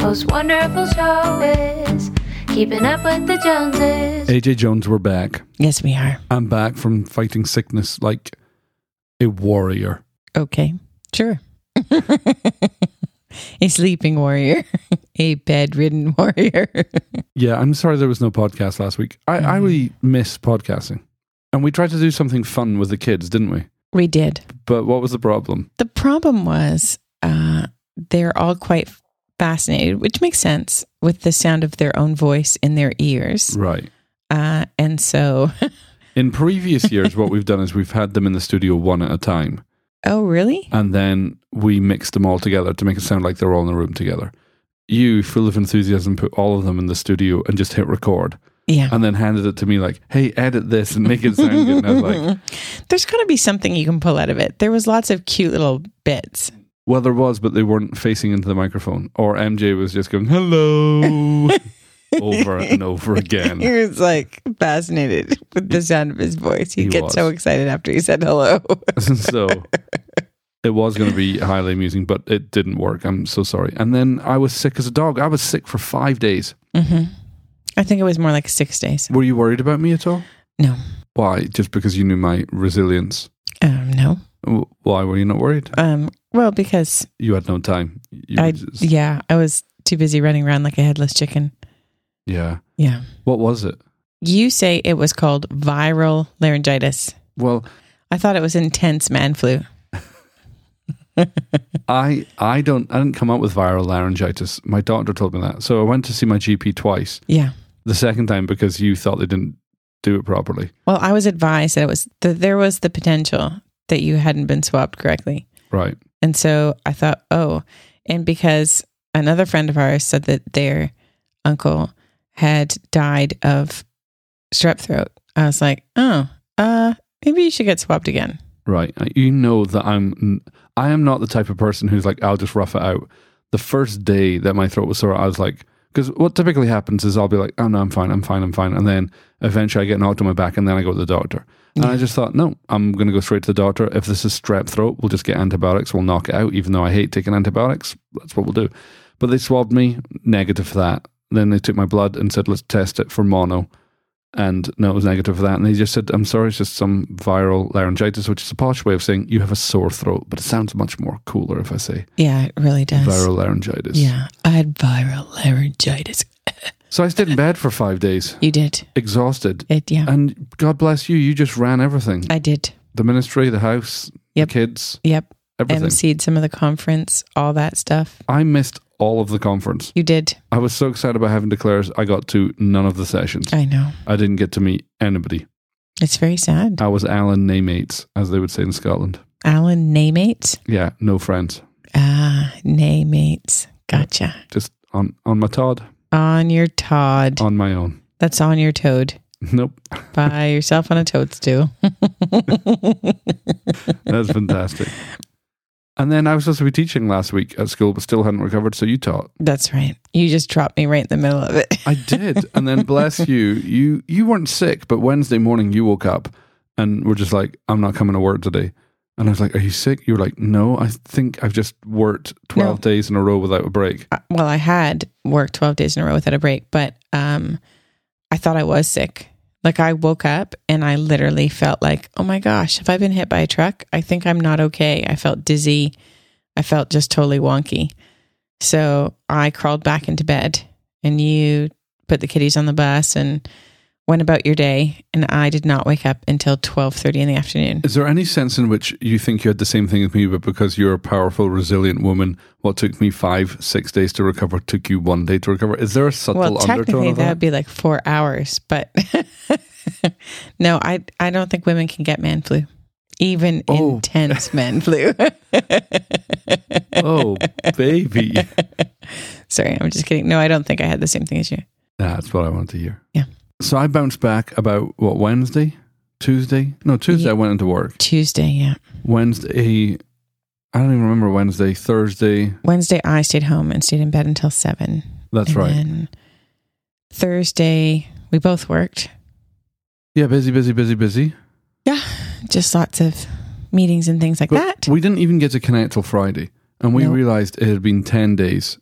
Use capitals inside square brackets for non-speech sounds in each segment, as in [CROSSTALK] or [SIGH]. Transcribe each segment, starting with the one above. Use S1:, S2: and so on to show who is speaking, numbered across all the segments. S1: most wonderful show is Keeping Up with the Joneses.
S2: AJ Jones, we're back.
S3: Yes, we are.
S2: I'm back from fighting sickness like a warrior.
S3: Okay. Sure. [LAUGHS] A sleeping warrior, [LAUGHS] a bedridden [LAUGHS] warrior.
S2: Yeah, I'm sorry there was no podcast last week. I, I really miss podcasting. And we tried to do something fun with the kids, didn't we?
S3: we did.
S2: But what was the problem?
S3: The problem was uh, they're all quite fascinated, which makes sense with the sound of their own voice in their ears.
S2: Right.
S3: Uh, and so, [LAUGHS]
S2: In previous years, what we've done is we've had them in the studio one at a time.
S3: oh, really?
S2: And then we mixed them all together to make it sound like they're all in a room together. You, full of enthusiasm, put all of them in the studio and just hit record
S3: Yeah.
S2: and then handed it to me like, hey, edit this and make it sound good. And I was like,
S3: There's got to be something you can pull out of it. There was lots of cute little bits.
S2: Well, there was, but they weren't facing into the microphone. Or MJ was just going, hello, over and over
S3: He
S2: again. [LAUGHS]
S3: was like fascinated [LAUGHS] with the sound of his voice. He'd
S2: He
S3: get
S2: was.
S3: so excited after he said hello. [LAUGHS]
S2: so it was going to be highly amusing, but it didn't work. I'm so sorry. And then I was sick as a dog. I was sick for five days.
S3: Mm-hmm. I think it was more like six days.
S2: Were you worried about me at all?
S3: No.
S2: Why? Just because you knew my resilience.
S3: Um, no.
S2: W- Why were you not worried?
S3: Um, well, because
S2: You had no time. You were
S3: I,
S2: just-
S3: yeah, I was too busy running around like a headless chicken.
S2: yeah.
S3: Yeah.
S2: What was it?
S3: You say it was called viral laryngitis.
S2: Well,
S3: I thought it was intense man flu.
S2: I I don't I didn't come up with viral laryngitis. My doctor told me that. So I went to see my GP twice.
S3: Yeah.
S2: the second time because you thought they didn't do it properly.
S3: Well, I was advised that it was that there was the potential that you hadn't been swabbed correctly.
S2: Right.
S3: And so I thought, oh, and because another friend of ours said that their uncle had died of strep throat, I was like, oh, uh, maybe you should get swabbed again.
S2: Right. Uh, You know that I'm I am not the type of person who's like I'll just rough it out. The first day that my throat was sore, I was like because what typically happens is I'll be like, oh no, I'm fine, I'm fine, I'm fine, and then eventually I get knocked on my back, and then I go to the doctor. And I just thought, no, I'm going to go straight to the doctor. If this is strep throat, we'll just get antibiotics. We'll knock it out. Even though I hate taking antibiotics, that's what we'll do. But they swabbed me negative for that. Then they took my blood and said, let's test it for mono. and no, it was negative for that. And they just said, I'm sorry, it's just some viral laryngitis, which is a posh way of saying you have a sore throat, but it sounds much more cooler if I say
S3: Yeah, it really does.
S2: viral laryngitis.
S3: Yeah, I had viral laryngitis.
S2: So I stayed in bed for five days,
S3: You did.
S2: exhausted.
S3: It, yeah,
S2: And God bless you, you just ran everything
S3: I did.
S2: the ministry, the house,
S3: Yep.
S2: the kids,
S3: Yep.
S2: everything.
S3: MC'd some of the conference, all that stuff.
S2: I missed all of the conference.
S3: You did.
S2: I was so excited about having declares. I got to none of the sessions.
S3: I know.
S2: I didn't get to meet anybody.
S3: It's very sad.
S2: I was Alan Namates, as they would say in Scotland.
S3: Alan Namates.
S2: Yeah, no friends.
S3: Ah, Namates. Gotcha.
S2: Just on, on my Todd,
S3: On your Todd.
S2: on my own.
S3: That's on your toad.
S2: [LAUGHS] Nope.
S3: By yourself on a toadstool. [LAUGHS]
S2: That's fantastic. And then I was supposed to be teaching last week at school, but still hadn't recovered. So you taught.
S3: That's right. You just dropped me right in the middle of it.
S2: I did. and then bless you, you you weren't sick, but Wednesday morning you woke up and were just like, "I'm not coming to work today." And I was like, "Are you sick?" You were like, "No, I think I've just worked twelve
S3: No.
S2: days in a row without a break."
S3: Uh, well, I had worked 12 days in a row without a break, but um, I thought I was sick. Like I woke up and I literally felt like, oh my gosh, have I been hit by a truck? I think I'm not okay. I felt dizzy. I felt just totally wonky. So I crawled back into bed and you put the kiddies on the bus and went about your day. And I did not wake up until 1230 in the afternoon.
S2: Is there any sense in which you think you had the same thing as me, but because you're a powerful, resilient woman, what took me five, six days to recover took you one day to recover? Is there a subtle
S3: Well,
S2: undertone
S3: technically
S2: of
S3: that would be like four hours, but [LAUGHS] no, I I don't think women can get man flu, even
S2: Oh.
S3: intense man flu. [LAUGHS]
S2: oh,
S3: [LAUGHS]
S2: baby.
S3: Sorry, I'm just kidding. No, I don't think I had the same thing as you.
S2: That's what I wanted to hear.
S3: Yeah.
S2: So I bounced back about what Wednesday, Tuesday. No, Tuesday
S3: Ye-
S2: I went into work.
S3: Tuesday, yeah.
S2: Wednesday, I don't even remember Wednesday. Thursday.
S3: Wednesday, I stayed home and stayed in bed until seven.
S2: That's
S3: And
S2: right.
S3: Then Thursday, we both worked.
S2: yeah, busy, busy, busy, busy.
S3: Yeah, just lots of meetings and things like
S2: But
S3: that.
S2: we didn't even get to connect till Friday, and we
S3: No.
S2: realized it had been ten days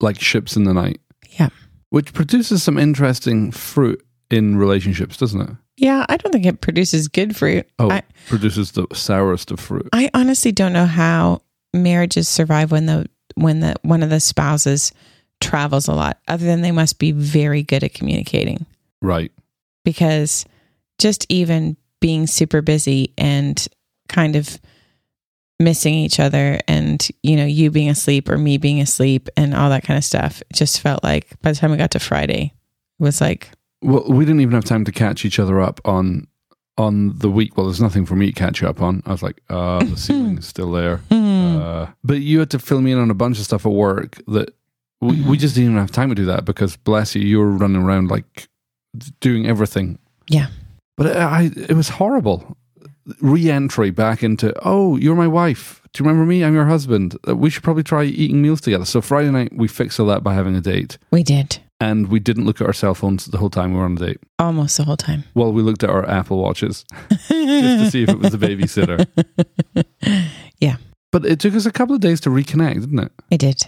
S2: like ships in the night.
S3: Yeah.
S2: Which produces some interesting fruit in relationships, doesn't it?
S3: Yeah, I don't think it produces good fruit.
S2: Oh,
S3: I-
S2: produces the sourest of fruit.
S3: I honestly don't know how marriages survive when the when the one of the spouses travels a lot. Other than they must be very good at communicating
S2: Right.
S3: because just even being super busy and kind of missing each other and you know you being asleep or me being asleep and all that kind of stuff it just felt like by the time we got to friday it was like
S2: Well, we didn't even have time to catch each other up on on the week. Well, there's nothing for me to catch up on. I was like,
S3: [LAUGHS]
S2: uh, the ceiling's still there.
S3: hmm,
S2: Uh, but you had to fill me in on a bunch of stuff at work that we,
S3: Mm-hmm.
S2: we just didn't even have time to do that because bless you, you were running around like doing everything.
S3: Yeah.
S2: But I, I- it was horrible. Re-entry back into oh, you're my wife. Do you remember me? I'm your husband. Uh, We should probably try eating meals together. So Friday night we fixed all that by having a date,
S3: we did
S2: and we didn't look at our cell phones the whole time we were on the date.
S3: almost the whole time
S2: Well, we looked at our Apple watches [LAUGHS] just to see if it
S3: [LAUGHS]
S2: was the babysitter. [LAUGHS] But it took us a couple of days to reconnect, didn't it?
S3: It did.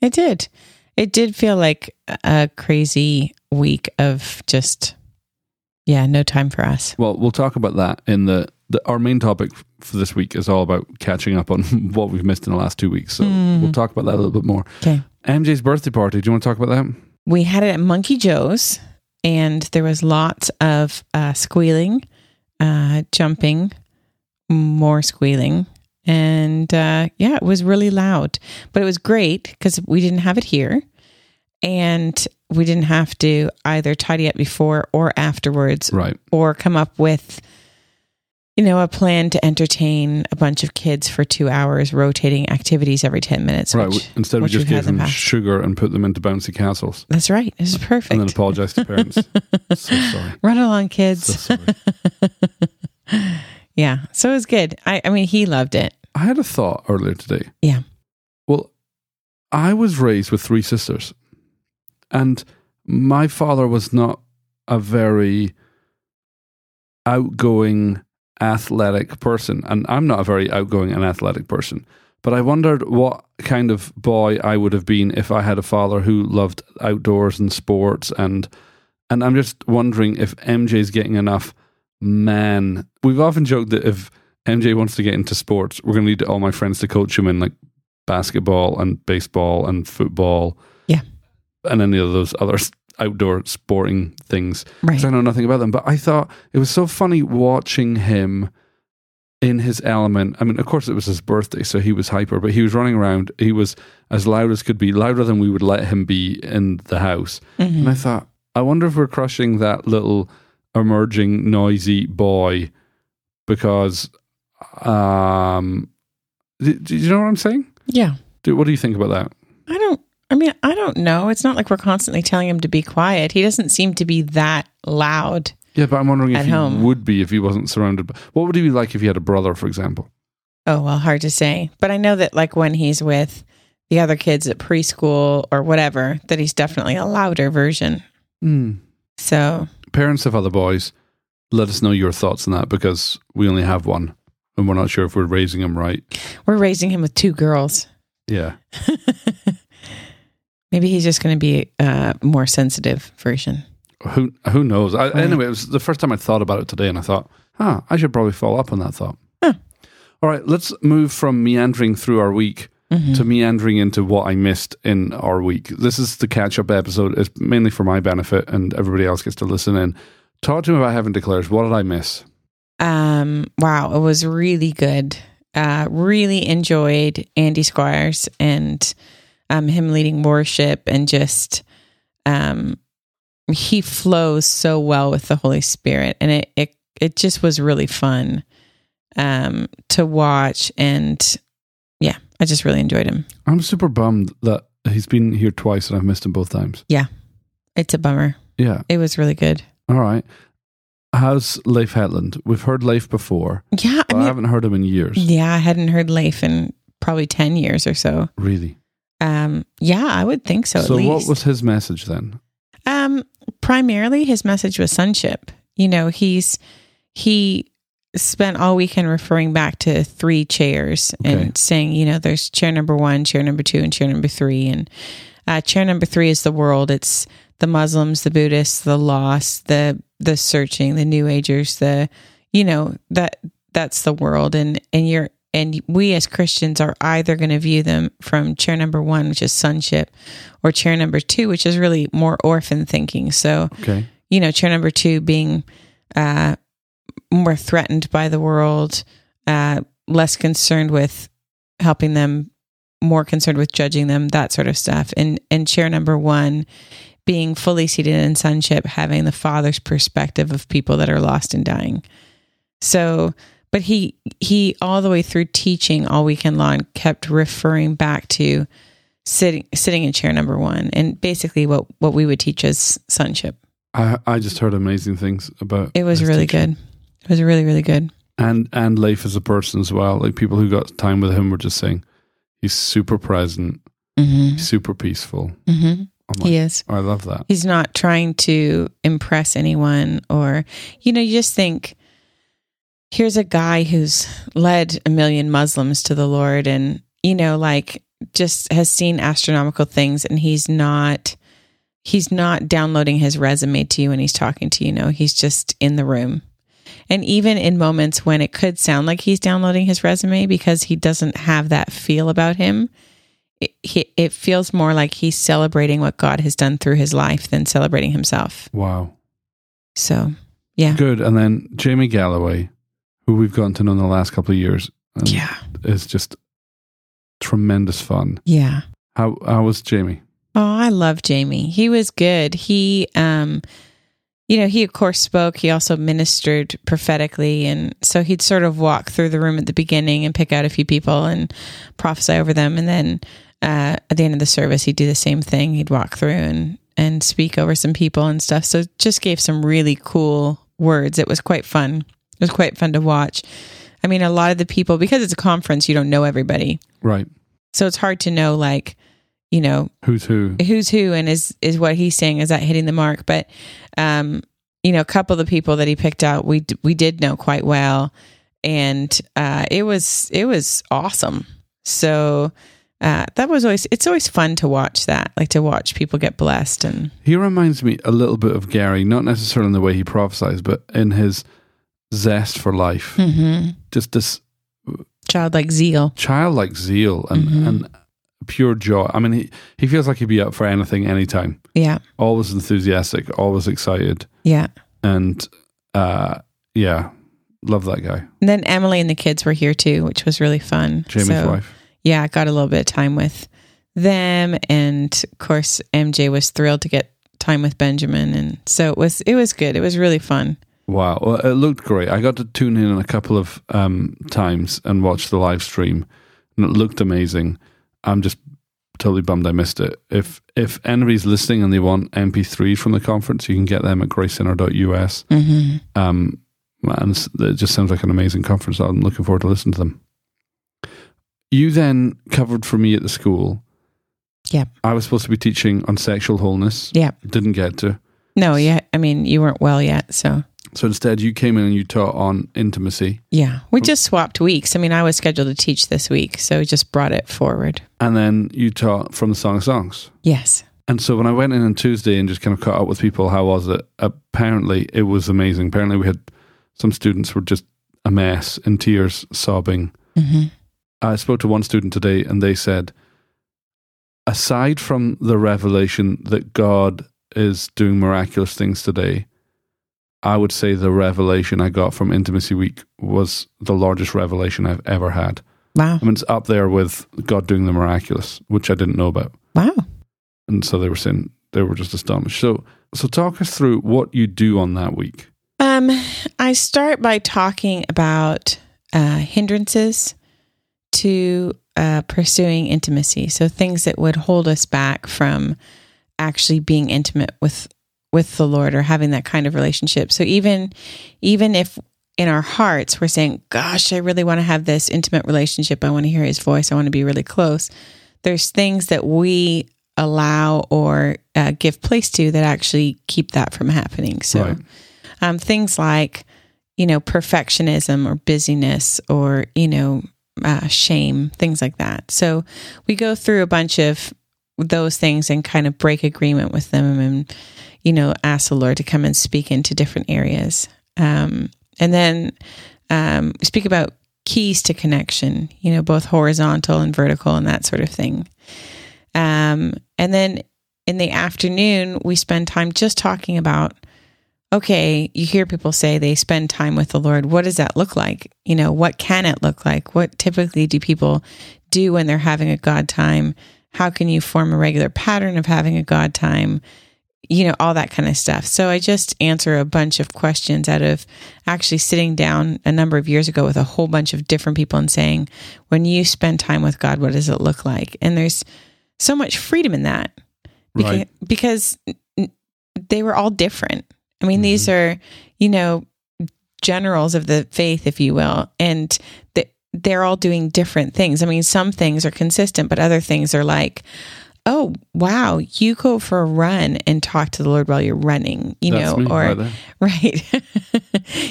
S3: It did. It did feel like a crazy week of just, yeah, no time for us.
S2: Well, we'll talk about that in the, the our main topic for this week is all about catching up on [LAUGHS] what we've missed in the last two weeks. So
S3: Mm.
S2: we'll talk about that a little bit more.
S3: Okay.
S2: MJ's birthday party. Do you want to talk about that?
S3: We had it at Monkey Joe's, and there was lots of uh, squealing, uh, jumping, more squealing. And uh, yeah, it was really loud, but it was great because we didn't have it here. And we didn't have to either tidy up before or afterwards
S2: Right.
S3: or come up with you know a plan to entertain a bunch of kids for two hours rotating activities every 10 minutes
S2: right.
S3: which,
S2: We- Instead, we
S3: which
S2: just
S3: we've had
S2: gave
S3: in the
S2: them
S3: past.
S2: sugar and put them into bouncy castles
S3: that's right this is perfect
S2: and then apologized to [LAUGHS] parents. so sorry.
S3: run along
S2: So
S3: kids
S2: sorry.
S3: yeah so it was good i, I mean he loved it
S2: I had a thought earlier today.
S3: Yeah.
S2: Well, I was raised with three sisters, and my father was not a very outgoing, athletic person. And I'm not a very outgoing and athletic person. But I wondered what kind of boy I would have been if I had a father who loved outdoors and sports and and I'm just wondering if MJ's getting enough man. We've often joked that if MJ wants to get into sports, we're going to need all my friends to coach him in like basketball and baseball and football.
S3: Yeah.
S2: And any of those other s- outdoor sporting things. 'Cause
S3: right
S2: I know nothing about them. But I thought it was so funny watching him in his element. I mean, of course, it was his birthday, so he was hyper, but he was running around. He was as loud as could be, louder than we would let him be in the house.
S3: mm-hmm.
S2: And I thought, I wonder if we're crushing that little emerging noisy boy because, um, do, do you know what I'm saying?
S3: yeah
S2: Do, what do you think about that?
S3: i don't i mean i don't know it's not like we're constantly telling him to be quiet he doesn't seem to be that loud
S2: Yeah, but I'm wondering if
S3: At
S2: he
S3: home.
S2: would be if he wasn't surrounded. By, what would he be like if he had a brother, for example?
S3: Oh, well, hard to say. But I know that, like, when he's with the other kids at preschool or whatever, that he's definitely a louder version.
S2: Hmm.
S3: So,
S2: Parents of other boys, let us know your thoughts on that because we only have one and we're not sure if we're raising him right.
S3: we're raising him with two girls.
S2: Yeah.
S3: Maybe he's just going to be a more sensitive version.
S2: Who who knows? I,
S3: Right.
S2: Anyway, it was the first time I thought about it today, and I thought, huh, I should probably follow up on that thought.
S3: Huh.
S2: All right, let's move from meandering through our week
S3: Mm-hmm.
S2: to meandering into what I missed in our week. This is the catch up episode. It's mainly for my benefit, and everybody else gets to listen in. Talk to me about Heaven Declares. What did I miss?
S3: Um, wow, it was really good. Uh, really enjoyed Andy Squires and um, him leading worship and just um, he flows so well with the Holy Spirit and it it it just was really fun um, to watch and yeah, I just really enjoyed him.
S2: I'm super bummed that he's been here twice and I've missed him both times.
S3: It's a bummer.
S2: Yeah.
S3: It was really good.
S2: All right. How's Leif Hetland? We've heard Leif before,
S3: Yeah,
S2: but I,
S3: I mean,
S2: haven't heard him in years.
S3: yeah, I hadn't heard Leif in probably ten years or so.
S2: Really.
S3: Um, yeah, I would think so.
S2: So,
S3: at least.
S2: what was his message then?
S3: Um, primarily his message was sonship. You know, he's he spent all weekend referring back to three chairs
S2: Okay.
S3: and saying, you know, there's chair number one, chair number two, and chair number three, and Uh, chair number three is the world. It's the Muslims, the Buddhists, the lost, the the searching, the New Agers, the you know that that's the world, and and you're and we as Christians are either going to view them from chair number one, which is sonship, or chair number two, which is really more orphan thinking. So
S2: Okay.
S3: you know, chair number two being uh, more threatened by the world, uh, less concerned with helping them, more concerned with judging them, that sort of stuff. And and chair number one being fully seated in sonship, having the father's perspective of people that are lost and dying. So, but he he all the way through teaching all weekend long kept referring back to sitting sitting in chair number one and basically what what we would teach as sonship.
S2: I I just heard amazing things about
S3: It was
S2: this
S3: really
S2: teacher.
S3: good. It was really, really good.
S2: and and Leif as a person as well. Like people who got time with him were just saying he's super present,
S3: Mm-hmm.
S2: super peaceful.
S3: Mm-hmm.
S2: I'm like,
S3: He is.
S2: I love that.
S3: He's not trying to impress anyone or, you know, you just think here's a guy who's led a million Muslims to the Lord and, you know, like just has seen astronomical things and he's not. He's not downloading his resume to you when he's talking to you. No, he's just in the room. And even in moments when it could sound like he's downloading his resume because he doesn't have that feel about him, it, he, it feels more like he's celebrating what God has done through his life than celebrating himself.
S2: Wow.
S3: So,
S2: Good. And then Jamie Galloway, who we've gotten to know in the last couple of years, and
S3: yeah,
S2: is just tremendous fun.
S3: yeah.
S2: How how was Jamie?
S3: Oh, I love Jamie. He was good. He, um, you know, he of course spoke. He also ministered prophetically, and so he'd sort of walk through the room at the beginning and pick out a few people and prophesy over them, and then uh, at the end of the service, he'd do the same thing. He'd walk through and and speak over some people and stuff. So just gave some really cool words. It was quite fun. It was quite fun to watch. I mean, a lot of the people because it's a conference, you don't know everybody,
S2: Right.
S3: so it's hard to know like, you know,
S2: Who's who?
S3: who's who and is is what he's saying is that hitting the mark but um you know a couple of the people that he picked out we d- we did know quite well and uh it was it was awesome so uh that was always it's always fun to watch that like to watch people get blessed and
S2: He reminds me a little bit of Gary, not necessarily in the way he prophesies, but in his zest for
S3: Hmm.
S2: life. Just this
S3: childlike zeal
S2: childlike zeal and,
S3: Mhm.
S2: and pure joy. I mean, he, he feels like he'd be up for anything, anytime.
S3: yeah
S2: Always enthusiastic, always excited.
S3: yeah
S2: And uh, yeah, love that guy.
S3: and then emily and the kids were here too which was really fun
S2: Jamie's
S3: So-
S2: wife.
S3: yeah, I got a little bit of time with them, and of course, MJ was thrilled to get time with Benjamin, and so it was it was good. It was really fun.
S2: Wow. Well, it looked great. I got to tune in a couple of um, times and watch the live stream, and it looked amazing. I'm just totally bummed I missed it. If if anybody's listening and they want MP3s from the conference, you can get them at gracecenter.us.
S3: Mm-hmm.
S2: Um, and it's- it just sounds like an amazing conference. I'm looking forward to listening to them. You then covered for me at the school.
S3: Yep.
S2: I was supposed to be teaching on sexual wholeness.
S3: Yep.
S2: Didn't get to.
S3: No, yeah, I mean, you weren't well yet, so
S2: So instead, you came in and you taught on intimacy.
S3: yeah, we just swapped weeks. I mean, I was scheduled to teach this week, so we just brought it forward.
S2: And then you taught from the Song of Songs.
S3: Yes,
S2: And so when I went in on Tuesday and just kind of caught up with people, how was it? Apparently, it was amazing. Apparently, we had some students were just a mess in tears, sobbing.
S3: mm-hmm.
S2: I spoke to one student today and they said, aside from the revelation that God is doing miraculous things today, I would say the revelation I got from Intimacy Week was the largest revelation I've ever had.
S3: wow,
S2: I mean, it's up there with God doing the miraculous, which I didn't know about.
S3: wow.
S2: And so they were saying they were just astonished. So, so talk us through what you do on that week.
S3: Um, I start by talking about uh, hindrances to uh, pursuing intimacy. So things that would hold us back from actually being intimate with with the Lord or having that kind of relationship. So even even if in our hearts we're saying, "Gosh, I really want to have this intimate relationship. I want to hear His voice. I want to be really close." There's things that we allow or uh, give place to that actually keep that from happening. So
S2: Right.
S3: um, things like you know perfectionism or busyness or you know uh, shame things like that so we go through a bunch of those things and kind of break agreement with them and, you know, ask the Lord to come and speak into different areas. Um, and then um, speak about keys to connection, you know, both horizontal and vertical and that sort of thing. Um, and then in the afternoon, we spend time just talking about okay, you hear people say they spend time with the Lord. What does that look like? You know, what can it look like? What typically do people do when they're having a God time? How can you form a regular pattern of having a God time? You know, all that kind of stuff. So I just answer a bunch of questions out of actually sitting down a number of years ago with a whole bunch of different people and saying, when you spend time with God, what does it look like? And there's so much freedom in that beca-
S2: Right.
S3: because n- they were all different. I mean, these
S2: Mm-hmm.
S3: are, you know, generals of the faith, if you will, and th- they're all doing different things. I mean, some things are consistent, but other things are like, oh, wow, you go for a run and talk to the Lord while you're running, you
S2: That's
S3: know,
S2: me
S3: or
S2: right there.
S3: [LAUGHS] right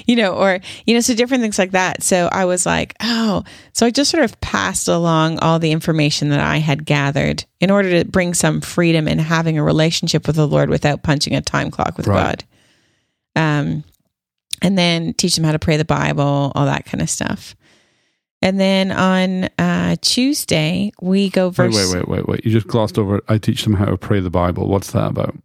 S3: you know or you know so different things like that so i was like oh so i just sort of passed along all the information that i had gathered in order to bring some freedom in having a relationship with the lord without punching a time clock with
S2: Right.
S3: god um and then teach them how to pray the bible all that kind of stuff and then on uh tuesday we go
S2: Wait,
S3: verse
S2: wait, wait, wait, wait. You just glossed over. it. I teach them how to pray the Bible. What's that about?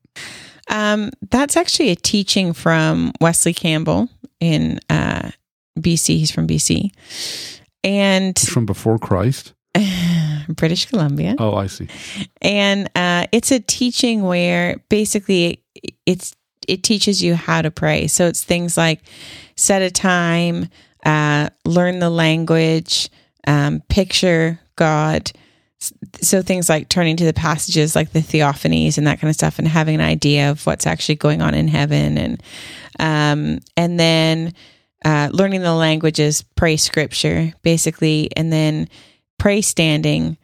S3: Um, that's actually a teaching from Wesley Campbell in uh, BC. He's from BC and [SIGHS]
S2: It's from before Christ.
S3: British Columbia.
S2: Oh, I see.
S3: And uh, it's a teaching where basically it's it teaches you how to pray. So it's things like set a time, uh, learn the language, um, picture God. S- So things like turning to the passages like the theophanies and that kind of stuff, and having an idea of what's actually going on in heaven, and um, and then uh, learning the languages, pray scripture basically, and then pray standing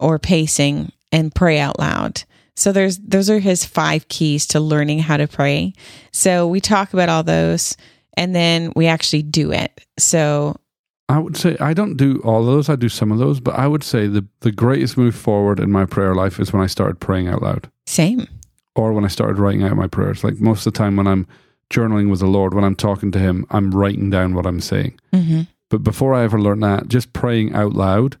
S3: or pacing and pray out loud. So there's those are his five keys to learning how to pray. So we talk about all those and then we actually do it. So
S2: I would say I don't do all those. I do some of those, but I would say the the greatest move forward in my prayer life is when I started praying out loud,
S3: same.
S2: or when I started writing out my prayers. Like most of the time when I'm journaling with the Lord, when I'm talking to Him, I'm writing down what I'm saying.
S3: Mm-hmm.
S2: But before I ever learned that, just praying out loud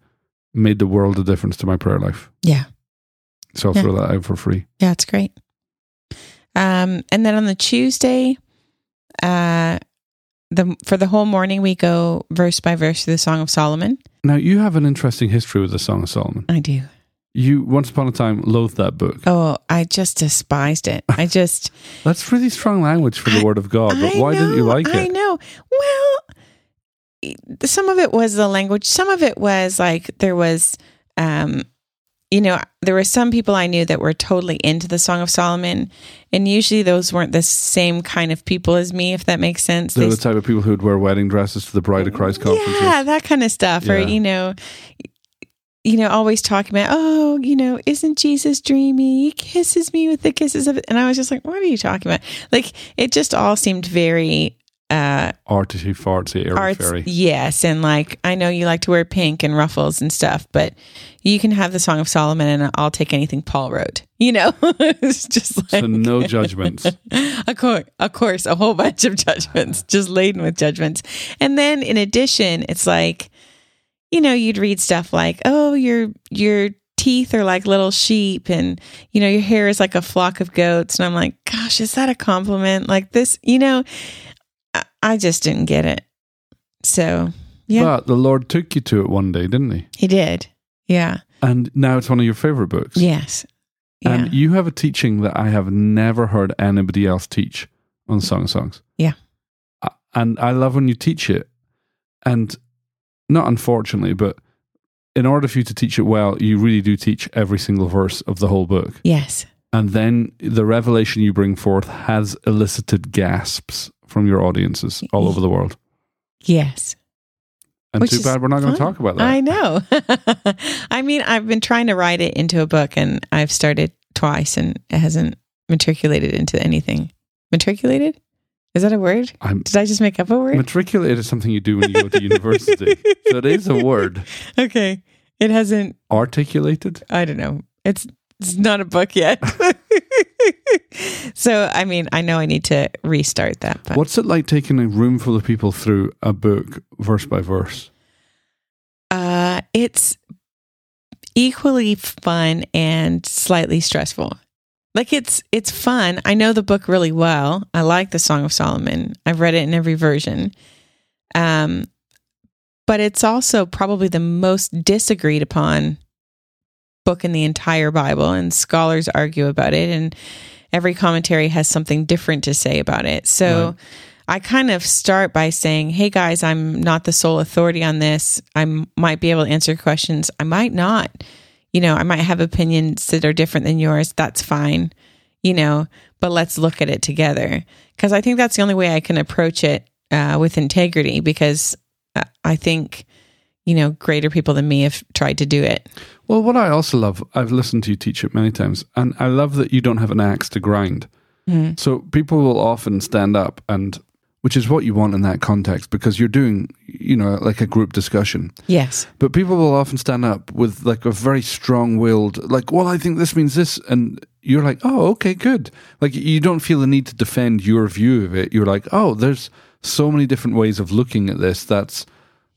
S2: made the world a difference to my prayer life.
S3: Yeah.
S2: So I'll
S3: Yeah.
S2: throw that out for free.
S3: Yeah, it's great. Um, and then on the Tuesday, uh, the for the whole morning we go verse by verse through the Song of Solomon.
S2: Now you have an interesting history with the Song of Solomon.
S3: I do.
S2: You once upon a time loathed that book.
S3: Oh, I just despised it. I just
S2: That's really strong language for the
S3: I-
S2: Word of God. But
S3: I
S2: why didn't you
S3: know,
S2: like
S3: I
S2: it?
S3: know. Well, e, some of it was the language. Some of it was like there was, um, you know, there were some people I knew that were totally into the Song of Solomon, and usually those weren't the same kind of people as me, if that makes sense.
S2: They're
S3: They-
S2: the type of people who'd wear wedding dresses to the Bride of Christ conferences.
S3: yeah, that kind of stuff, or
S2: Yeah.
S3: you know. You know, always talking about, oh, you know, isn't Jesus dreamy? He kisses me with the kisses of, and I was just like, what are you talking about? Like, it just all seemed very, uh,
S2: Artsy fartsy, airy
S3: arts,
S2: fairy.
S3: yes, and like I know you like to wear pink and ruffles and stuff, but you can have the Song of Solomon, and I'll take anything Paul wrote. You know, [LAUGHS] it's just like
S2: So no
S3: [LAUGHS]
S2: judgments.
S3: of course, of course, a whole [LAUGHS] bunch of judgments, just laden with judgments. And then in addition, it's like, you know, you'd read stuff like, "Oh, your your teeth are like little sheep, and you know, your hair is like a flock of goats." And I'm like, "Gosh, is that a compliment?" Like this, you know, I, I just didn't get it. So yeah,
S2: But the Lord took you to it one day, didn't he?
S3: he did. Yeah.
S2: And now it's one of your favorite books.
S3: Yes. Um, Yeah.
S2: And you have a teaching that I have never heard anybody else teach on Song of Songs.
S3: Yeah.
S2: A- And I love when you teach it. And not unfortunately, but in order for you to teach it well, you really do teach every single verse of the whole book.
S3: yes.
S2: And then the revelation you bring forth has elicited gasps from your audiences all over the world.
S3: Yes.
S2: And
S3: Which
S2: too
S3: is
S2: bad we're not going to
S3: fun.
S2: talk about that.
S3: I know. [LAUGHS] I mean, I've been trying to write it into a book and I've started twice and it hasn't matriculated into anything. Matriculated? Is that a word?
S2: I'm
S3: Did I just make up a word?
S2: matriculate is something you do when you go to university. so it is a word.
S3: [LAUGHS] Okay. It hasn't,
S2: Articulated?
S3: I don't know. It's It's not a book yet. [LAUGHS] so, I mean, I know I need to restart that. But
S2: What's it like taking a room full of people through a book verse by verse?
S3: Uh, it's equally fun and slightly stressful. Like it's it's fun. I know the book really well. I like the Song of Solomon. I've read it in every version. Um, but it's also probably the most disagreed upon book in the entire Bible, and scholars argue about it, and every commentary has something different to say about it. So.
S2: Right.
S3: I kind of start by saying, "Hey guys, I'm not the sole authority on this. I m- might be able to answer questions. I might not. You know, I might have opinions that are different than yours. That's fine. You know, but let's look at it together because I think that's the only way I can approach it uh, with integrity. Because uh, I think, you know, greater people than me have tried to do it.
S2: Well, what I also love, I've listened to you teach it many times, and I love that you don't have an axe to grind.
S3: Hmm.
S2: So people will often stand up and which is what you want in that context because you're doing, you know, like a group discussion.
S3: Yes.
S2: But people will often stand up with like a very strong willed, like, well, I think this means this. And you're like, oh, okay, good. Like, you don't feel the need to defend your view of it. You're like, oh, there's so many different ways of looking at this. That's,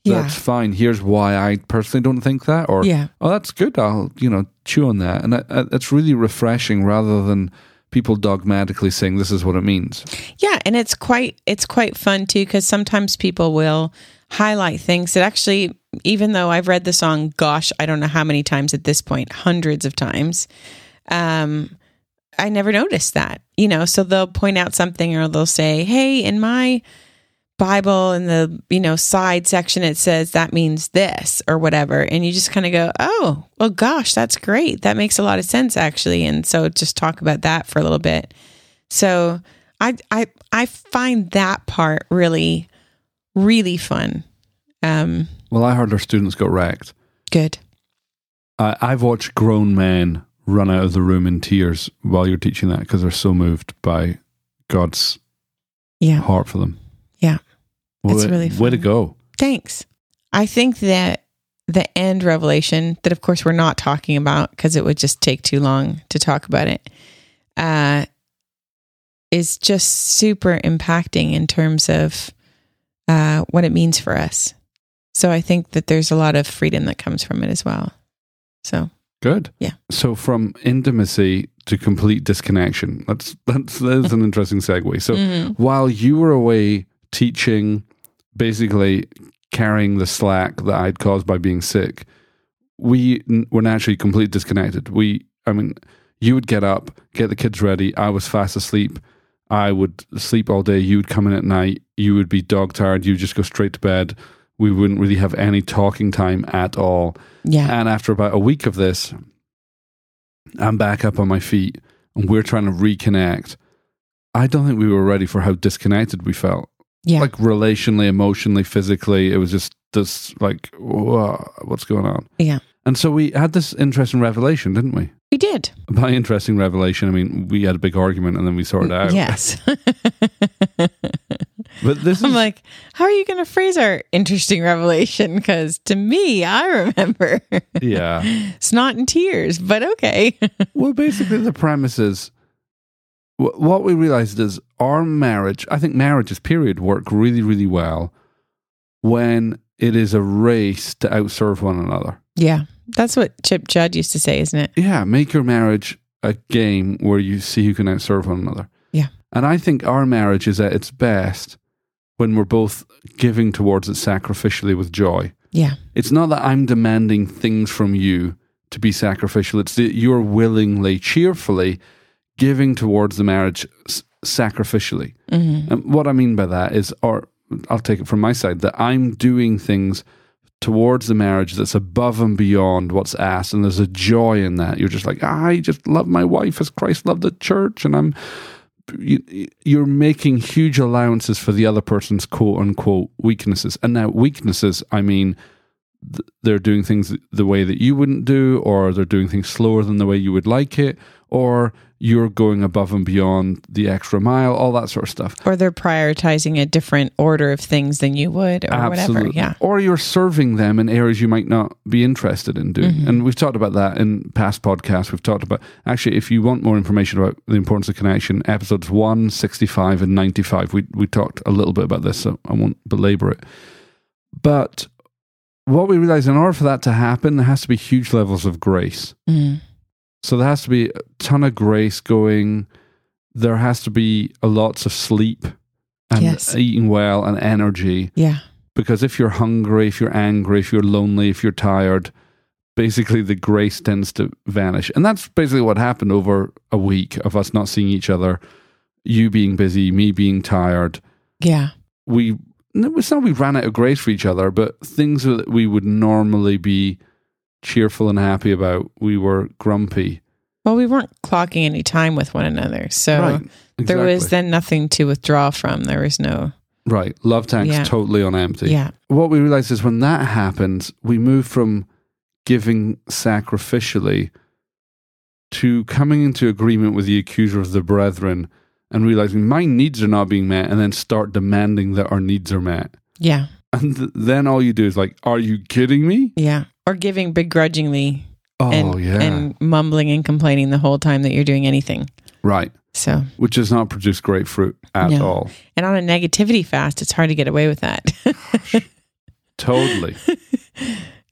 S3: Yeah.
S2: that's fine. Here's why I personally don't think that. Or,
S3: Yeah.
S2: oh, that's good. I'll, you know, chew on that. And that, that- that's really refreshing rather than people dogmatically saying this is what it means.
S3: Yeah, and it's quite it's quite fun too because sometimes people will highlight things that actually, even though I've read the song, gosh, I don't know how many times at this point, hundreds of times, um, I never noticed that. You know, so they'll point out something or they'll say, "Hey, in my Bible, in the you know side section, it says that means this or whatever," and you just kind of go, "Oh, well, gosh, that's great. That makes a lot of sense actually." And so just talk about that for a little bit. So I I I find that part really really fun. Um
S2: Well, I heard our students got wrecked.
S3: good.
S2: I, I've watched grown men run out of the room in tears while you're teaching that because they're so moved by God's
S3: Yeah.
S2: heart for them.
S3: Yeah. It's
S2: way,
S3: really
S2: way to
S3: fun.
S2: go.
S3: Thanks. I think that the end revelation that of course we're not talking about cuz it would just take too long to talk about it. Uh is just super impacting in terms of uh what it means for us. So I think that there's a lot of freedom that comes from it as well. So
S2: Good.
S3: Yeah.
S2: So from intimacy to complete disconnection. That's [LAUGHS] that's that is an interesting segue. So
S3: mhm.
S2: while you were away teaching, basically carrying the slack that I'd caused by being sick, we n- were naturally completely disconnected. We, I mean, you would get up, get the kids ready. I was fast asleep. I would sleep all day. You would come in at night. You would be dog tired. You would just go straight to bed. We wouldn't really have any talking time at all.
S3: yeah.
S2: And after about a week of this, I'm back up on my feet and we're trying to reconnect. I don't think we were ready for how disconnected we felt.
S3: Yeah.
S2: Like relationally, emotionally, physically. It was just this like, whoa, what's going on?
S3: Yeah.
S2: And so we had this interesting revelation, didn't we?
S3: we did.
S2: By interesting revelation, I mean we had a big argument and then we sorted it
S3: [LAUGHS]
S2: out.
S3: Yes.
S2: But this
S3: I'm
S2: is
S3: like, how are you going to phrase our interesting revelation? Because to me, I remember [LAUGHS]
S2: yeah.
S3: snot and tears, but okay. [LAUGHS]
S2: Well, basically, the premise is wh- what we realized is our marriage, I think marriages, period, work really, really well when it is a race to outserve one another.
S3: yeah. That's what Chip Judd used to say, isn't it?
S2: Yeah, make your marriage a game where you see who can outserve one another.
S3: Yeah.
S2: And I think our marriage is at its best when we're both giving towards it sacrificially with joy.
S3: Yeah.
S2: It's not that I'm demanding things from you to be sacrificial. It's that you're willingly, cheerfully giving towards the marriage s- sacrificially.
S3: Mhm.
S2: And what I mean by that is, or I'll take it from my side, that I'm doing things towards the marriage that's above and beyond what's asked. And there's a joy in that. You're just like, I just love my wife as Christ loved the church. And I'm, you, you're making huge allowances for the other person's quote unquote weaknesses. And now, weaknesses, I mean, th- they're doing things the way that you wouldn't do, or they're doing things slower than the way you would like it, or you're going above and beyond the extra mile, all that sort of stuff.
S3: Or they're prioritizing a different order of things than you would or whatever. Yeah.
S2: Or you're serving them in areas you might not be interested in doing.
S3: Mm-hmm.
S2: And we've talked about that in past podcasts. We've talked about actually, if you want more information about the importance of connection, episodes 1, 65, and 95, we, we talked a little bit about this, so I won't belabor it. But what we realize in order for that to happen, there has to be huge levels of grace.
S3: Mm.
S2: So there has to be a ton of grace going. There has to be a lots of sleep and
S3: Yes.
S2: eating well and energy.
S3: Yeah.
S2: Because if you're hungry, if you're angry, if you're lonely, if you're tired, basically the grace tends to vanish. And that's basically what happened over a week of us not seeing each other, you being busy, me being tired.
S3: Yeah.
S2: We, no, it's not we ran out of grace for each other, but things that we would normally be cheerful and happy about, we were grumpy.
S3: Well, we weren't clocking any time with one another. So there was
S2: exactly.
S3: then nothing to withdraw from. There was no.
S2: Right. Love tanks
S3: Yeah.
S2: totally on empty.
S3: Yeah.
S2: What we realize is when that happens, we move from giving sacrificially to coming into agreement with the accuser of the brethren and realizing my needs are not being met and then start demanding that our needs are met.
S3: Yeah.
S2: And th- then all you do is like, are you kidding me?
S3: Yeah. Or giving begrudgingly
S2: Oh,
S3: and,
S2: yeah.
S3: and mumbling and complaining the whole time that you're doing anything.
S2: right.
S3: So,
S2: Which does not produce grapefruit at
S3: No.
S2: all.
S3: and on a negativity fast, it's hard to get away with that. [LAUGHS]
S2: Totally.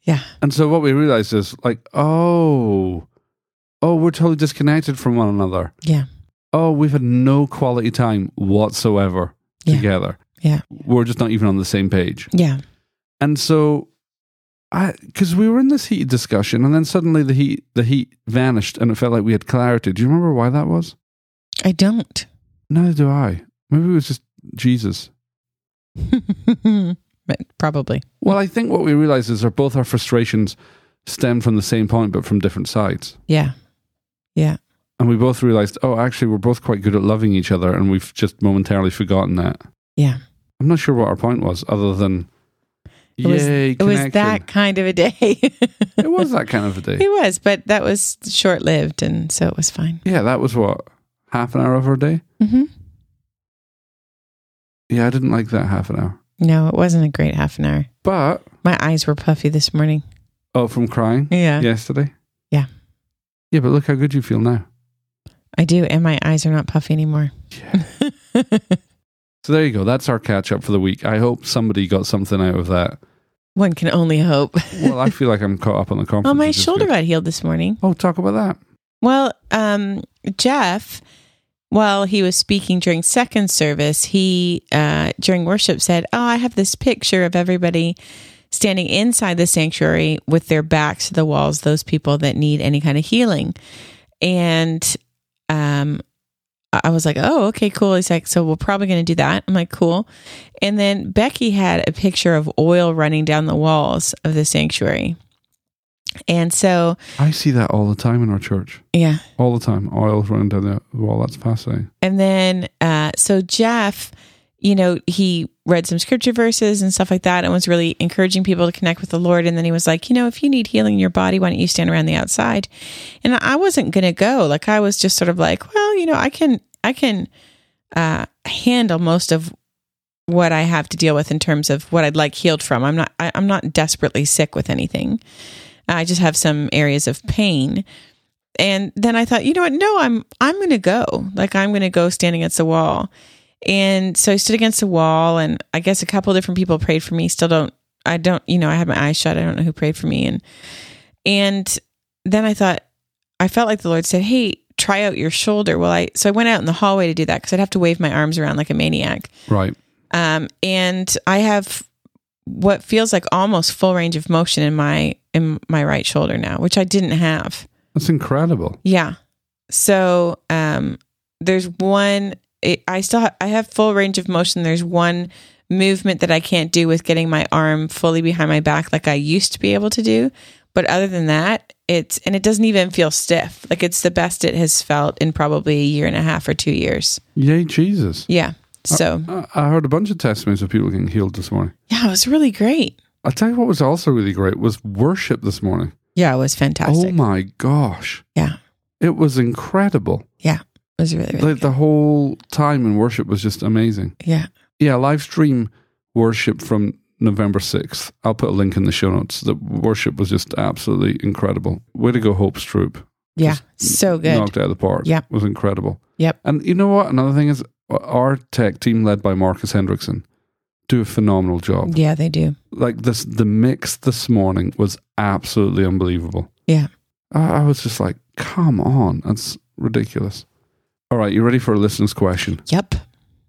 S3: Yeah.
S2: And so what we realized is like, oh, oh, we're totally disconnected from one another.
S3: yeah.
S2: Oh, we've had no quality time whatsoever
S3: Yeah.
S2: together.
S3: Yeah.
S2: We're just not even on the same page.
S3: Yeah.
S2: And so I because we were in this heated discussion and then suddenly the heat the heat vanished and it felt like we had clarity. Do you remember why that was?
S3: I don't. [LAUGHS]
S2: Neither do I. Maybe it was just Jesus.
S3: but probably.
S2: Well, I think what we realized is our both our frustrations stem from the same point but from different sides.
S3: Yeah. Yeah.
S2: And we both realized, oh, actually, we're both quite good at loving each other, and we've just momentarily forgotten that.
S3: Yeah.
S2: I'm not sure what our point was, other than
S3: It was-
S2: yay,
S3: It was
S2: connection.
S3: that kind of a day.
S2: [LAUGHS]
S3: [LAUGHS]
S2: it was that kind of a day.
S3: It was, but that was short lived. And so it was fine.
S2: [LAUGHS] Yeah, that was what half an hour of our day.
S3: Mm-hmm.
S2: Yeah, I didn't like that half an hour,
S3: No, it wasn't a great half an hour.
S2: but
S3: My eyes were puffy this morning.
S2: oh, from crying
S3: Yeah.
S2: yesterday.
S3: Yeah.
S2: yeah, but look how good you feel now.
S3: I do. And my eyes are not puffy anymore.
S2: Yeah. so there you go. That's our catch up for the week. I hope somebody got something out of that.
S3: [LAUGHS] One can only hope.
S2: Well,
S3: [LAUGHS]
S2: I feel like I'm caught up on the conference.
S3: Oh, my shoulder got healed this morning.
S2: Oh, talk about that.
S3: Well, um, Jeff, while he was speaking during second service, he uh, during worship said, "Oh, I have this picture of everybody standing inside the sanctuary with their backs to the walls. Those people that need any kind of healing." And um, I I was like, "Oh, okay, cool." He's like, "So we're probably going to do that." I'm like, "Cool." And then Becky had a picture of oil running down the walls of the sanctuary, and so
S2: I see that all the time in our church.
S3: yeah.
S2: all the time. Oil's running down the wall. That's fascinating.
S3: And then, uh, so Jeff, you know, he read some scripture verses and stuff like that and was really encouraging people to connect with the Lord. And then he was like, you know, if you need healing in your body, why don't you stand around the outside? And I wasn't going to go. Like, I was just sort of like, well, you know, I can, I can uh, handle most of what I have to deal with in terms of what I'd like healed from. I'm not, I, I'm not desperately sick with anything. I just have some areas of pain and then I thought, you know what? No, I'm I'm going to go. Like I'm going to go standing against the wall. And so I stood against the wall, and I guess a couple different people prayed for me. Still don't I don't you know I had my eyes shut. I don't know who prayed for me. And and then I thought I felt like the Lord said, hey, try out your shoulder. Well, I so I went out in the hallway to do that because I'd have to wave my arms around like a maniac.
S2: Right.
S3: Um, and I have what feels like almost full range of motion in my in my right shoulder now, which I didn't have.
S2: That's incredible.
S3: Yeah. So um, there's one. It, I still ha- I have full range of motion. There's one movement that I can't do with getting my arm fully behind my back like I used to be able to do. But other than that, it's and it doesn't even feel stiff. Like it's the best it has felt in probably a year and a half or two years.
S2: Yay, Jesus.
S3: Yeah. So
S2: Uh, I I heard a bunch of testimonies of people getting healed this morning.
S3: yeah, it was really great.
S2: I tell you what was also really great was worship this morning.
S3: Yeah, it was fantastic.
S2: Oh my gosh.
S3: Yeah.
S2: It was incredible.
S3: it was really, really
S2: Like the whole time in worship was just amazing.
S3: good. yeah.
S2: Yeah, live stream worship from November 6th. I'll put a link in the show notes. The worship was just absolutely incredible. Way to go, Hope's Troop.
S3: Yeah.
S2: Just
S3: So good.
S2: Knocked out of the park.
S3: Yep.
S2: It was incredible.
S3: Yep.
S2: And you know what? Another thing is our tech team led by Marcus Hendrickson do a phenomenal job.
S3: Yeah, they do.
S2: Like this the mix this morning was absolutely unbelievable.
S3: Yeah.
S2: I, I was just like, come on. That's ridiculous. All right, you ready for a listener's question?
S3: Yep.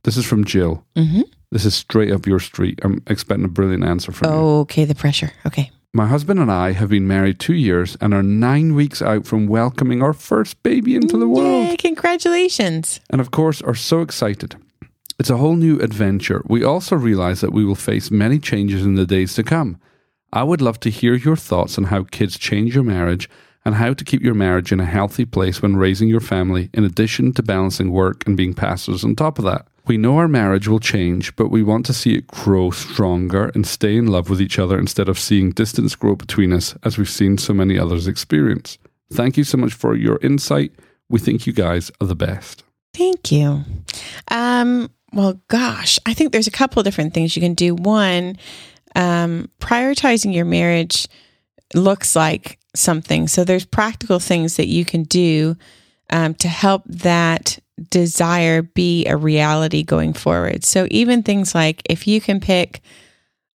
S2: This is from Jill.
S3: Mm-hmm.
S2: This is straight up your street. I'm expecting a brilliant answer from you.
S3: Okay, the pressure. Okay.
S2: My husband and I have been married two years and are nine weeks out from welcoming our first baby into the world.
S3: Yay, congratulations.
S2: And of course, are so excited. It's a whole new adventure. We also realize that we will face many changes in the days to come. I would love to hear your thoughts on how kids change your marriage and how to keep your marriage in a healthy place when raising your family, in addition to balancing work and being pastors on top of that. We know our marriage will change, but we want to see it grow stronger and stay in love with each other instead of seeing distance grow between us, as we've seen so many others experience. Thank you so much for your insight. We think you guys are the best.
S3: Thank you. Um, well, gosh, I think there's a couple different things you can do. One, um, prioritizing your marriage looks like something. So there's practical things that you can do um, to help that desire be a reality going forward. So even things like if you can pick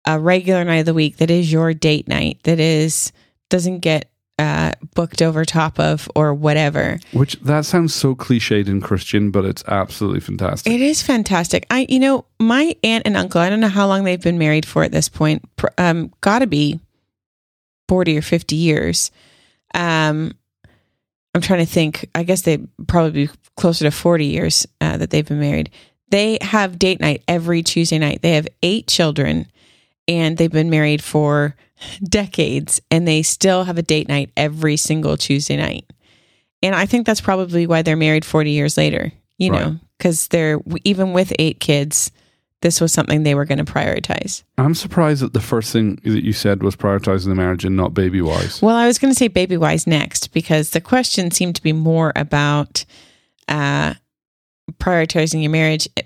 S3: a regular night of the week that is your date night, that is doesn't get uh, booked over top of or whatever.
S2: Which that sounds so cliched and Christian, but it's absolutely fantastic.
S3: It is fantastic. I, you know, my aunt and uncle, I don't know how long they've been married for at this point. Pr- Um, gotta be 40 or 50 years. Um, I'm trying to think. I guess they probably be closer to 40 years uh, that they've been married. They have date night every Tuesday night. They have eight children and they've been married for decades and they still have a date night every single Tuesday night. And I think that's probably why they're married 40 years later, you
S2: Right.
S3: know, because they're even with eight kids, this was something they were going to prioritize.
S2: I'm surprised that the first thing that you said was prioritizing the marriage and not baby wise.
S3: Well, I was going to say baby wise next because the question seemed to be more about uh, prioritizing your marriage. eh,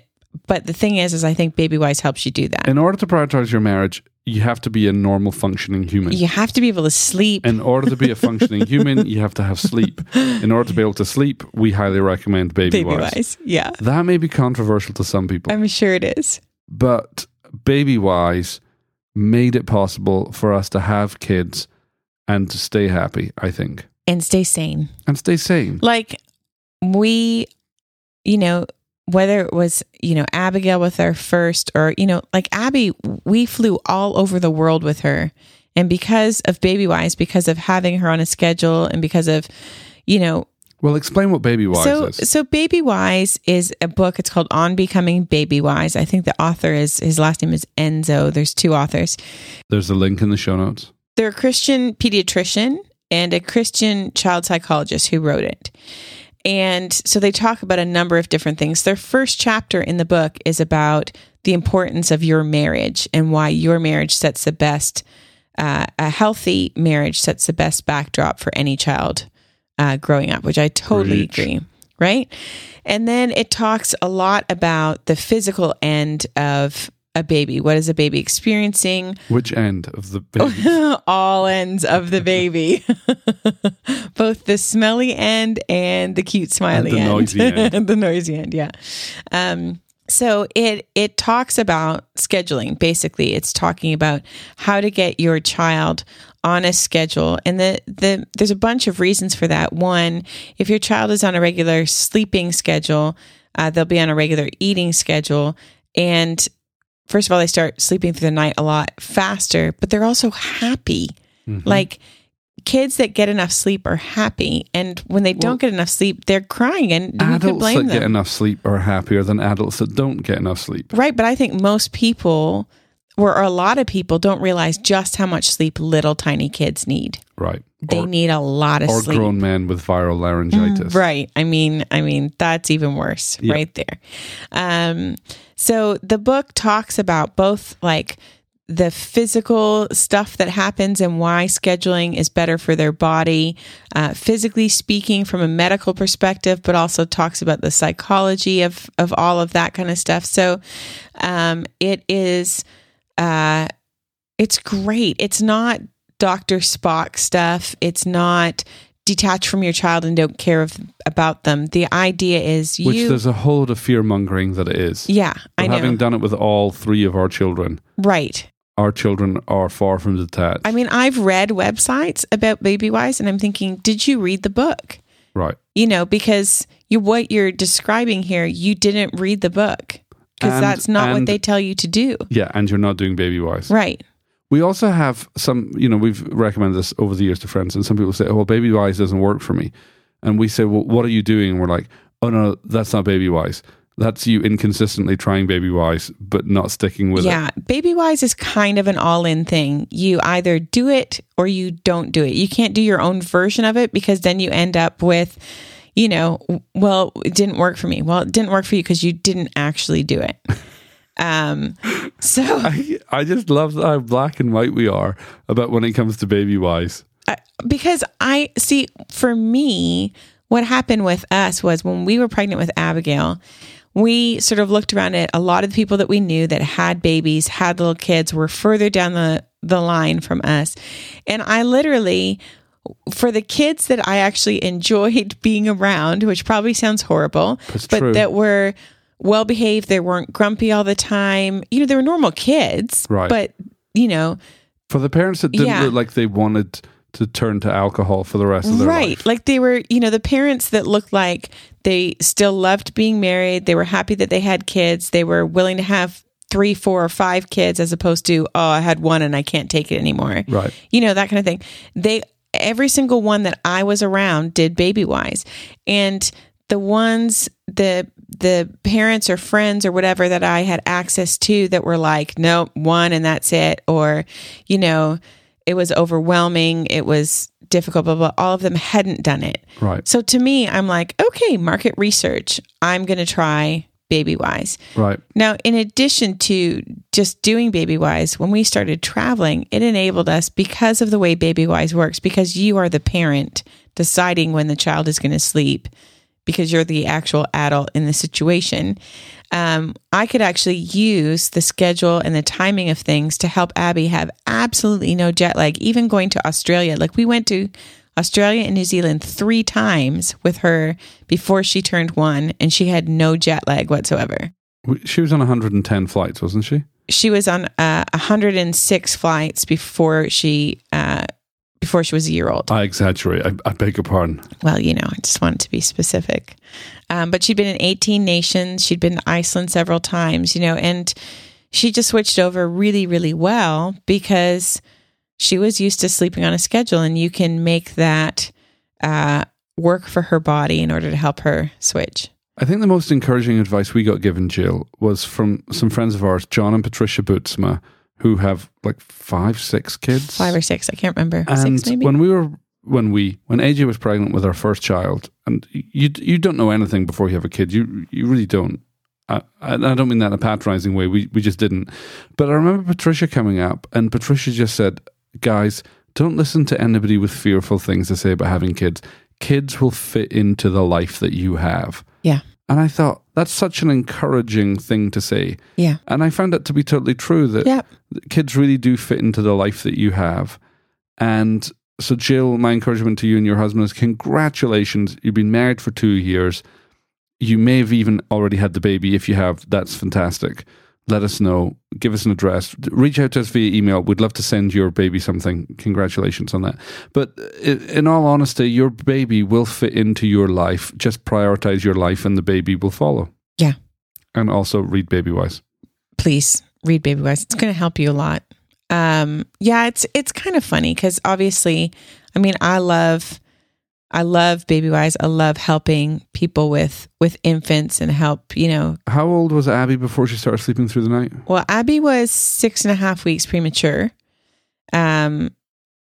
S3: But the thing is, is I think baby wise helps you do that.
S2: In order to prioritize your marriage, you have to be a normal functioning human.
S3: you have to be able to sleep.
S2: In order to be a functioning human, you have to have sleep. In order to be able to sleep, we highly recommend baby
S3: Baby
S2: wise.
S3: wise, Um, yeah,
S2: That may be controversial to some people,
S3: I'm sure it is.
S2: but baby wise made it possible for us to have kids and to stay happy, I think,
S3: And stay sane.
S2: and stay sane.
S3: Like we, you know, whether it was you know Abigail with her first, or you know, like Abby, we flew all over the world with her, and because of baby wise, because of having her on a schedule, and because of you know
S2: Well, explain what baby wise
S3: so,
S2: is.
S3: So Baby Wise is a book. It's called On Becoming Baby Wise. I think the author is his last name is Enzo. There's two authors.
S2: There's a link in the show notes.
S3: They're a Christian pediatrician and a Christian child psychologist who wrote it. And so they talk about a number of different things. Their first chapter in the book is about the importance of your marriage and why your marriage sets the best, uh, a healthy marriage sets the best backdrop for any child uh, growing up, which I totally
S2: Preach.
S3: agree. Right. And then it talks a lot about the physical end of a baby. What is a baby experiencing?
S2: Which end of
S3: [LAUGHS]
S2: the
S3: Oh,
S2: baby?
S3: all ends of the baby, [LAUGHS] both the smelly end and the cute smiley
S2: the
S3: end,
S2: noisy end.
S3: [LAUGHS] And the noisy end. Yeah. Um, so it it talks about scheduling. Basically, it's talking about how to get your child on a schedule, and the the there's a bunch of reasons for that. One, if your child is on a regular sleeping schedule, uh, they'll be on a regular eating schedule, and first of all, they start sleeping through the night a lot faster, but they're also happy.
S2: Hmm. Mm-hmm.
S3: Like kids that get enough sleep are happy, and when they
S2: Well,
S3: don't get enough sleep, they're crying, and you could
S2: adults that
S3: blame
S2: get
S3: them,
S2: enough sleep are happier than adults that don't get enough sleep.
S3: right? But I think most people, or a lot of people, don't realize just how much sleep little tiny kids need.
S2: Right.
S3: They
S2: or
S3: need a lot of
S2: or
S3: sleep. Mm,
S2: grown men with viral laryngitis.
S3: Right. I mean, I mean, that's even worse
S2: Yeah.
S3: right there. Um, so the book talks about both like the physical stuff that happens and why scheduling is better for their body, uh, physically speaking, from a medical perspective, but also talks about the psychology of of all of that kind of stuff. So, um, it is, uh, it's great. It's not Doctor Spock stuff. It's not detached from your child and don't care of, about them. The idea is
S2: Which
S3: you.
S2: there's a whole lot of fear mongering that it is.
S3: yeah,
S2: But
S3: I know.
S2: having done it with all three of our children,
S3: right.
S2: our children are far from detached.
S3: I mean, I've read websites about baby wise, and I'm thinking, did you read the book?
S2: right.
S3: You know, because you what you're describing here, you didn't read the book because
S2: And-
S3: that's not what
S2: and-
S3: they tell you to do.
S2: Yeah, and you're not doing baby wise.
S3: Right.
S2: We also have some, you know, we've recommended this over the years to friends, and some people say, oh, well, baby wise doesn't work for me. And we say, well, what are you doing? And we're like, oh, no, that's not baby wise. That's you inconsistently trying baby wise, but not sticking with it.
S3: yeah. Baby wise is kind of an all in thing. You either do it or you don't do it. You can't do your own version of it because then you end up with, you know, w- well, it didn't work for me. Well, it didn't work for you because you didn't actually do it. [LAUGHS] Um, so
S2: I, [LAUGHS] I just love how black and white we are about when it comes to baby wise.
S3: I- because I see for me, what happened with us was when we were pregnant with Abigail, we sort of looked around at a lot of the people that we knew that had babies, had little kids, were further down the, the line from us. And I literally, for the kids that I actually enjoyed [LAUGHS] being around, which probably sounds horrible,
S2: That's
S3: but
S2: true.
S3: that were well behaved, they weren't grumpy all the time. You know, they were normal kids,
S2: Right.
S3: but, you know,
S2: For the parents that didn't
S3: Yeah.
S2: look like they wanted to turn to alcohol for the rest of their
S3: right
S2: life.
S3: like they were you know the parents that looked like they still loved being married they were happy that they had kids they were willing to have three four or five kids as opposed to oh i had one and i can't take it anymore
S2: Right.
S3: you know that kind of thing they every single one that i was around did baby wise and the ones the the parents or friends or whatever that i had access to that were like nope one and that's it or you know it was overwhelming it was difficult blah blah all of them hadn't done it
S2: Right.
S3: so to me i'm like okay market research i'm going to try baby wise
S2: Right.
S3: now, in addition to just doing Baby Wise, when we started traveling, it enabled us because of the way Baby Wise works, because you are the parent deciding when the child is going to sleep, because you're the actual adult in the situation. Um, I could actually use the schedule and the timing of things to help Abby have absolutely no jet lag, even going to Australia. Like we went to Australia and New Zealand three times with her before she turned one, and she had no jet lag whatsoever
S2: We- She was on 110 flights, wasn't she?
S3: she was on uh, 106 flights before she uh, before she was a year old.
S2: I exaggerate. I, I beg your pardon.
S3: Well, you know, I just wanted to be specific. Um, but she'd been in 18 nations. She'd been to Iceland several times. You know, and she just switched over really, really well because she was used to sleeping on a schedule, and you can make that uh, work for her body in order to help her switch.
S2: I think the most encouraging advice we got given, Jill, was from some friends of ours, John and Patricia Bootsma, who have like five, six kids.
S3: Five or six, I can't remember.
S2: and
S3: six, maybe.
S2: when we were when we when AJ was pregnant with our first child, and you you don't know anything before you have a kid. You you really don't. I, and I don't mean that in a patronizing way. We we just didn't. But I remember Patricia coming up, and Patricia just said, "Guys, don't listen to anybody with fearful things to say about having kids. Kids will fit into the life that you have."
S3: yeah,
S2: And I thought that's such an encouraging thing to say.
S3: yeah,
S2: And I found that to be totally true that
S3: yeah.
S2: that kids really do fit into the life that you have. And so, Jill, my encouragement to you and your husband is congratulations. You've been married for two years. You may have even already had the baby. If you have, that's fantastic. Let us know. Give us an address. Reach out to us via email. We'd love to send your baby something. Congratulations on that. But i- in all honesty, your baby will fit into your life. Just prioritize your life and the baby will follow.
S3: Yeah.
S2: And also read Baby Wise.
S3: please read baby wise it's going to help you a lot um yeah it's it's kind of funny because obviously i mean i love i love baby wise i love helping people with with infants and help you know
S2: How old was Abby before she started sleeping through the night?
S3: well abby was six and a half weeks premature um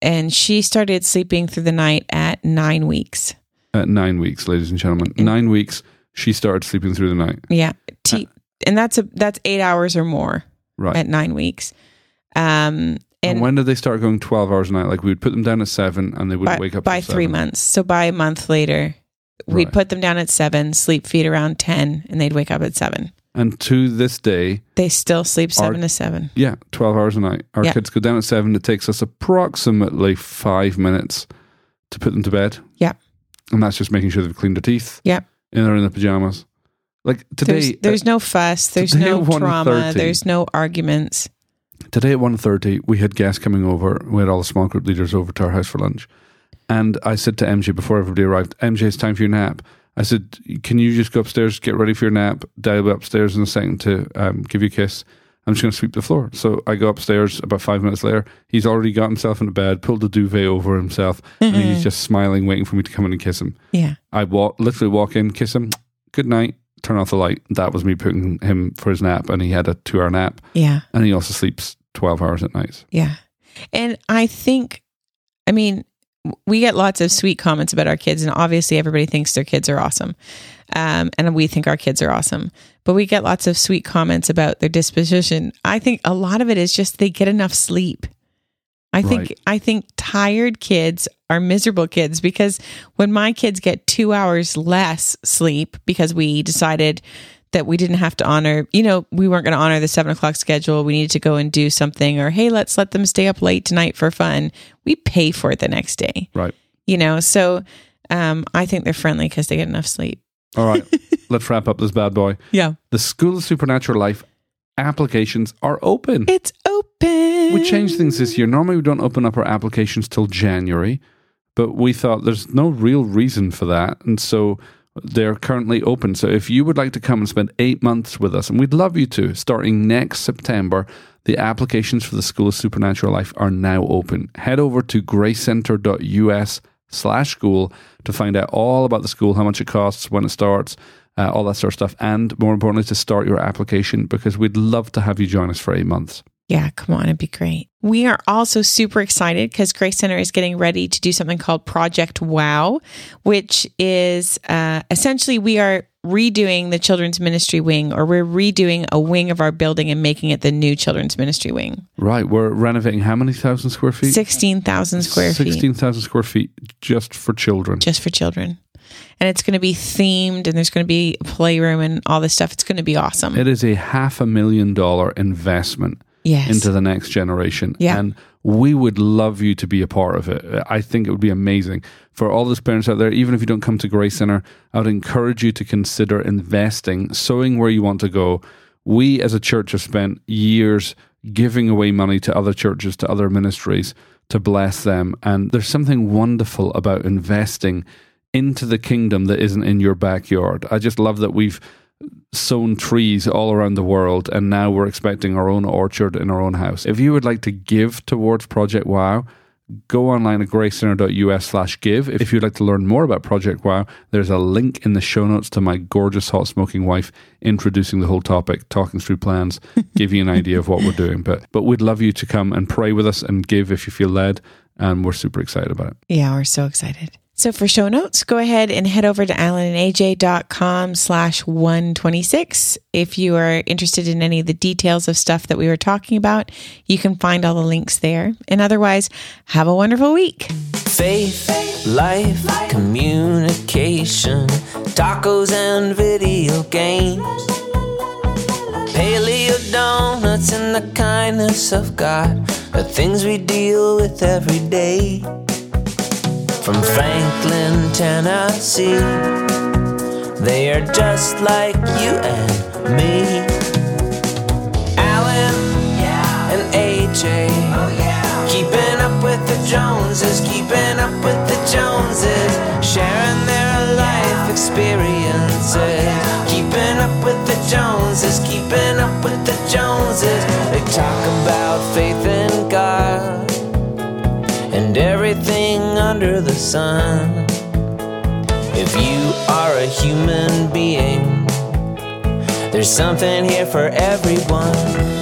S3: and she started sleeping through the night at nine weeks
S2: At Uh, nine weeks, ladies and gentlemen. Nine weeks, she started sleeping through the night.
S3: yeah T- and that's a that's eight hours or more
S2: Right.
S3: at nine weeks. Um,
S2: And,
S3: and
S2: when did they start going 12 hours a night? Like we would put them down at seven and they would
S3: by,
S2: wake up
S3: by
S2: at
S3: three
S2: seven.
S3: months. So by a month later, we'd
S2: Right.
S3: put them down at seven, sleep feed around 10, and they'd wake up at seven.
S2: And to this day,
S3: They still sleep
S2: Our-
S3: seven to seven.
S2: yeah, 12 hours a night. Our
S3: Yeah.
S2: kids go down at seven. It takes us approximately five minutes to put them to bed.
S3: Yeah.
S2: And that's just making sure they've cleaned their teeth.
S3: Yeah.
S2: And they're in their pajamas. Like today,
S3: there's there's no fuss. There's
S2: today [LAUGHS]
S3: no
S2: at 1:30.
S3: trauma. There's no arguments.
S2: today at 1.30 we had guests coming over we had all the small group leaders over to our house for lunch and i said to mj before everybody arrived mj it's time for your nap i said can you just go upstairs get ready for your nap dial upstairs in a second to um, give you a kiss i'm just going to sweep the floor so i go upstairs about five minutes later he's already got himself into bed pulled the duvet over himself and he's just smiling waiting for me to come in and kiss him
S3: [LAUGHS] Yeah.
S2: i walk literally walk in kiss him good night turn off the light that was me putting him for his nap and he had a two hour nap
S3: Yeah.
S2: and he also sleeps 12 hours at night
S3: Yeah. And I think, I mean, w- we get lots of sweet comments about our kids, and obviously everybody thinks their kids are awesome. Um, and we think our kids are awesome, but we get lots of sweet comments about their disposition. I think a lot of it is just they get enough sleep. I think
S2: Right.
S3: I think tired kids are miserable kids because when my kids get 2 hours less sleep because we decided that we didn't have to honor, you know, we weren't going to honor the seven o'clock schedule. We needed to go and do something, or hey, let's let them stay up late tonight for fun. We pay for it the next day,
S2: Right.
S3: you know. So um, I think they're friendly because they get enough sleep.
S2: All right. let's wrap up this bad boy.
S3: Yeah,
S2: The School of Supernatural Life applications are open.
S3: it's open.
S2: We changed things this year. Normally, we don't open up our applications till January, but we thought there's no real reason for that. And so they're currently open. So if you would like to come and spend eight months with us, and we'd love you to, starting next September, the applications for the School of Supernatural Life are now open. Head over to gracecenter.us slash school to find out all about the school, how much it costs, when it starts, uh, all that sort of stuff. And more importantly, to start your application because we'd love to have you join us for eight months.
S3: Yeah, come on, it'd be great. We are also super excited because Grace Center is getting ready to do something called Project Wow, which is uh, essentially we are redoing the children's ministry wing, or we're redoing a wing of our building and making it the new children's ministry wing,
S2: Right, we're renovating how many thousand square feet?
S3: sixteen thousand square feet,
S2: 16,000 square feet just for children.
S3: just for children, and it's going to be themed, and there's going to be a playroom and all this stuff. It's going to be awesome.
S2: It is a half a million dollar investment
S3: yes,
S2: into the next generation.
S3: Yeah.
S2: And we would love you to be a part of it. I think it would be amazing. For all those parents out there, even if you don't come to Grey Center, I would encourage you to consider investing, sowing where you want to go. We as a church have spent years giving away money to other churches, to other ministries to bless them. And there's something wonderful about investing into the kingdom that isn't in your backyard. I just love that we've sown trees all around the world and now we're expecting our own orchard in our own house. If you would like to give towards Project Wow, go online at gracecenter.us slash give. If you'd like to learn more about Project Wow, there's a link in the show notes to my gorgeous hot smoking wife introducing the whole topic, talking through plans, give you an idea of what we're doing. But but we'd love you to come and pray with us and give if you feel led. And we're super excited about it.
S3: Yeah, we're so excited. So for show notes, go ahead and head over to alanandaj.com slash 126. If you are interested in any of the details of stuff that we were talking about, you can find all the links there. And otherwise, have a wonderful week.
S4: Faith, life, communication, tacos and video games. Paleo donuts and the kindness of God, the things we deal with every day. From Franklin, Tennessee, they are just like you and me. Alan and AJ. Keeping up with the Joneses, keeping up with the Joneses, sharing their life experiences. Keeping up with the Joneses, keeping up with the Joneses. They talk about faith in God and everything under the sun. If you are a human being, there's something here for everyone.